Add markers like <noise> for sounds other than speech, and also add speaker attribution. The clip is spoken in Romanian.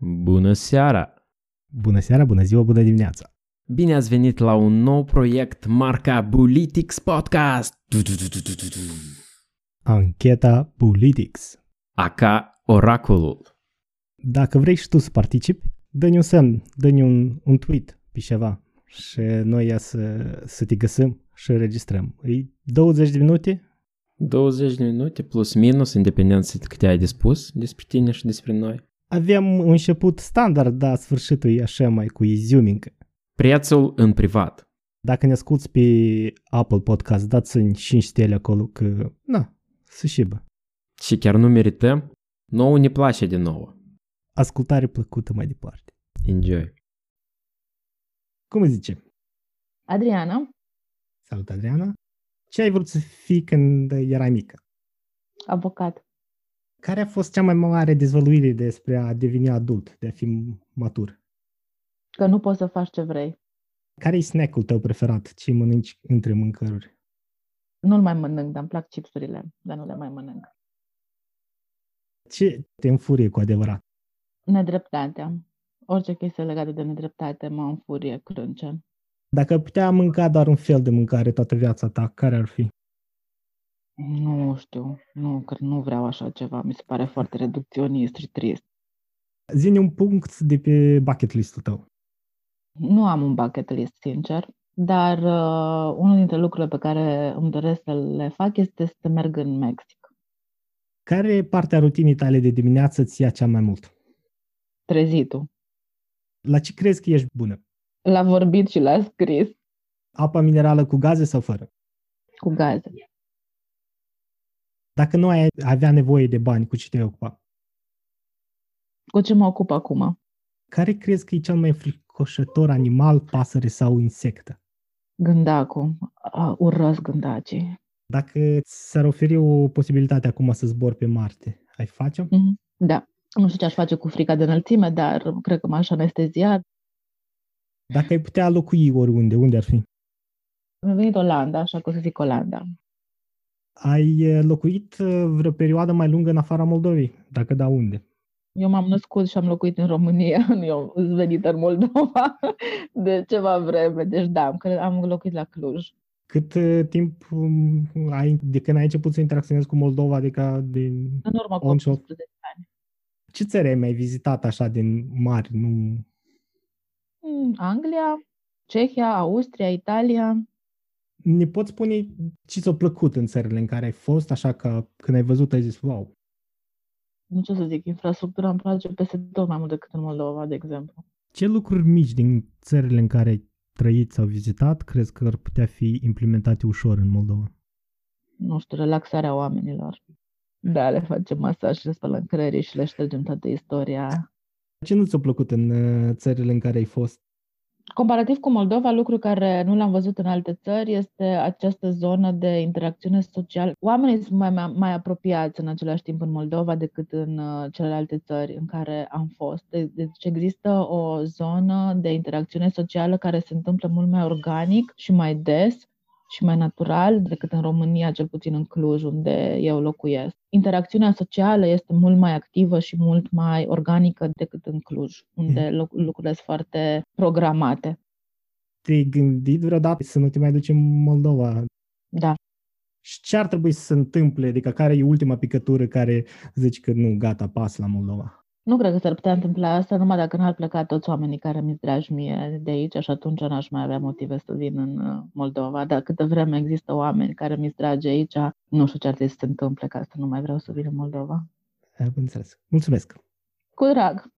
Speaker 1: Bună seara!
Speaker 2: Bună seara, bună ziua, bună dimineața!
Speaker 1: Bine ați venit la un nou proiect marca Bulitics Podcast!
Speaker 2: Ancheta Politics.
Speaker 1: Aca Oracolul.
Speaker 2: Dacă vrei și tu să participi, dă-ne un semn, dă-ne un, un tweet pe ceva și noi ia să, să te găsim și înregistrăm. E 20 de minute?
Speaker 1: 20 de minute plus minus, independent de câte ai de spus despre tine și despre noi.
Speaker 2: Avem un început standard, dar sfârșitul e așa mai cu izumincă.
Speaker 1: Prețul în privat.
Speaker 2: Dacă ne asculti pe Apple Podcast, dați-mi 5 stele acolo că, na, să șibă.
Speaker 1: Și chiar nu merităm? Nouă ne place de nouă.
Speaker 2: Ascultare plăcută mai departe.
Speaker 1: Enjoy.
Speaker 2: Cum îi zice?
Speaker 3: Adriana,
Speaker 2: Salut, Adriana! Ce ai vrut să fii când erai mică?
Speaker 3: avocat.
Speaker 2: Care a fost cea mai mare dezvăluire despre a deveni adult, de a fi matur?
Speaker 3: Că nu poți să faci ce vrei.
Speaker 2: Care e snack-ul tău preferat? Ce mănânci între mâncăruri?
Speaker 3: Nu-l mai mănânc, dar îmi plac chipsurile, dar nu le mai mănânc.
Speaker 2: Ce te înfurie cu adevărat?
Speaker 3: Nedreptatea. Orice chestie legată de nedreptate mă înfurie crâncen.
Speaker 2: Dacă ai putea mânca doar un fel de mâncare toată viața ta, care ar fi?
Speaker 3: Nu știu, nu, că nu vreau așa ceva. Mi se pare foarte reducționist și trist.
Speaker 2: Zine un punct de pe bucket list-ul tău.
Speaker 3: Nu am un bucket list, sincer, dar uh, unul dintre lucrurile pe care îmi doresc să le fac este să merg în Mexic.
Speaker 2: Care parte a rutinii tale de dimineață ți ia cea mai mult?
Speaker 3: Trezitul.
Speaker 2: La ce crezi că ești bună?
Speaker 3: L-a vorbit și l-a scris
Speaker 2: Apa minerală cu gaze sau fără?
Speaker 3: cu gaze.
Speaker 2: Dacă nu ai avea nevoie de bani, cu ce te ocupa?
Speaker 3: Cu ce mă ocup acum?
Speaker 2: Care crezi că e cel mai fricoșător animal, pasăre sau insectă?
Speaker 3: Gândacul. Uh, urăsc gândacii.
Speaker 2: Dacă ți s-ar oferi o posibilitate acum să zbori pe Marte, ai face-o?
Speaker 3: Mhm, Da. Nu știu ce aș face cu frica de înălțime, dar cred că m-aș anestezia.
Speaker 2: Dacă ai putea locui oriunde, unde ar fi?
Speaker 3: Mi-a venit Olanda, așa că o să zic Olanda.
Speaker 2: Ai eh, locuit eh, vreo perioadă mai lungă în afara Moldovei? Dacă da, unde?
Speaker 3: Eu m-am născut și am locuit în România, <laughs> nu eu sunt venită în Moldova <laughs> de ceva vreme, deci da, am, cre- am locuit la Cluj.
Speaker 2: Cât eh, timp um, ai, de când ai început să interacționezi cu Moldova, adică din...
Speaker 3: În urmă cu
Speaker 2: On shot.
Speaker 3: 18 ani.
Speaker 2: Ce țări ai mai vizitat așa din mari? Nu...
Speaker 3: Mm, Anglia, Cehia, Austria, Italia.
Speaker 2: Ne poți spune ce ți-a plăcut în țările în care ai fost, așa că când ai văzut ai zis, wow,
Speaker 3: Nu știu să zic, infrastructura îmi place peste tot mai mult decât în Moldova, de exemplu.
Speaker 2: Ce lucruri mici din țările în care ai trăit sau vizitat crezi că ar putea fi implementate ușor în Moldova?
Speaker 3: Nu știu, relaxarea oamenilor. Da, le facem masaj și le spălăm creierii și le ștergem toată istoria
Speaker 2: Ce nu ți-a plăcut în uh, țările în care ai fost?
Speaker 3: Comparativ cu Moldova, lucru care nu l-am văzut în alte țări este această zonă de interacțiune socială. Oamenii sunt mai, mai, mai apropiați în același timp în Moldova decât în uh, celelalte țări în care am fost. De- Deci există o zonă de interacțiune socială care se întâmplă mult mai organic și mai des și mai natural decât în România, cel puțin în Cluj, unde eu locuiesc. Interacțiunea socială este mult mai activă și mult mai organică decât în Cluj, unde loc- lucrurile sunt foarte programate.
Speaker 2: Te-ai gândit vreodată să nu te mai duci în Moldova?
Speaker 3: Da.
Speaker 2: Și ce ar trebui să se întâmple? Adică care e ultima picătură care zici că nu, gata, pas la Moldova?
Speaker 3: Nu cred că s-ar putea întâmpla asta numai dacă n-ar pleca toți oamenii care mi-s dragi mie de aici și atunci n-aș mai avea motive să vin în uh, Moldova. Dar câtă vreme există oameni care mi-s dragi aici, nu știu ce ar trebui să se întâmple ca să nu mai vreau să vin în Moldova.
Speaker 2: Am înțeles. Mulțumesc!
Speaker 3: Cu drag!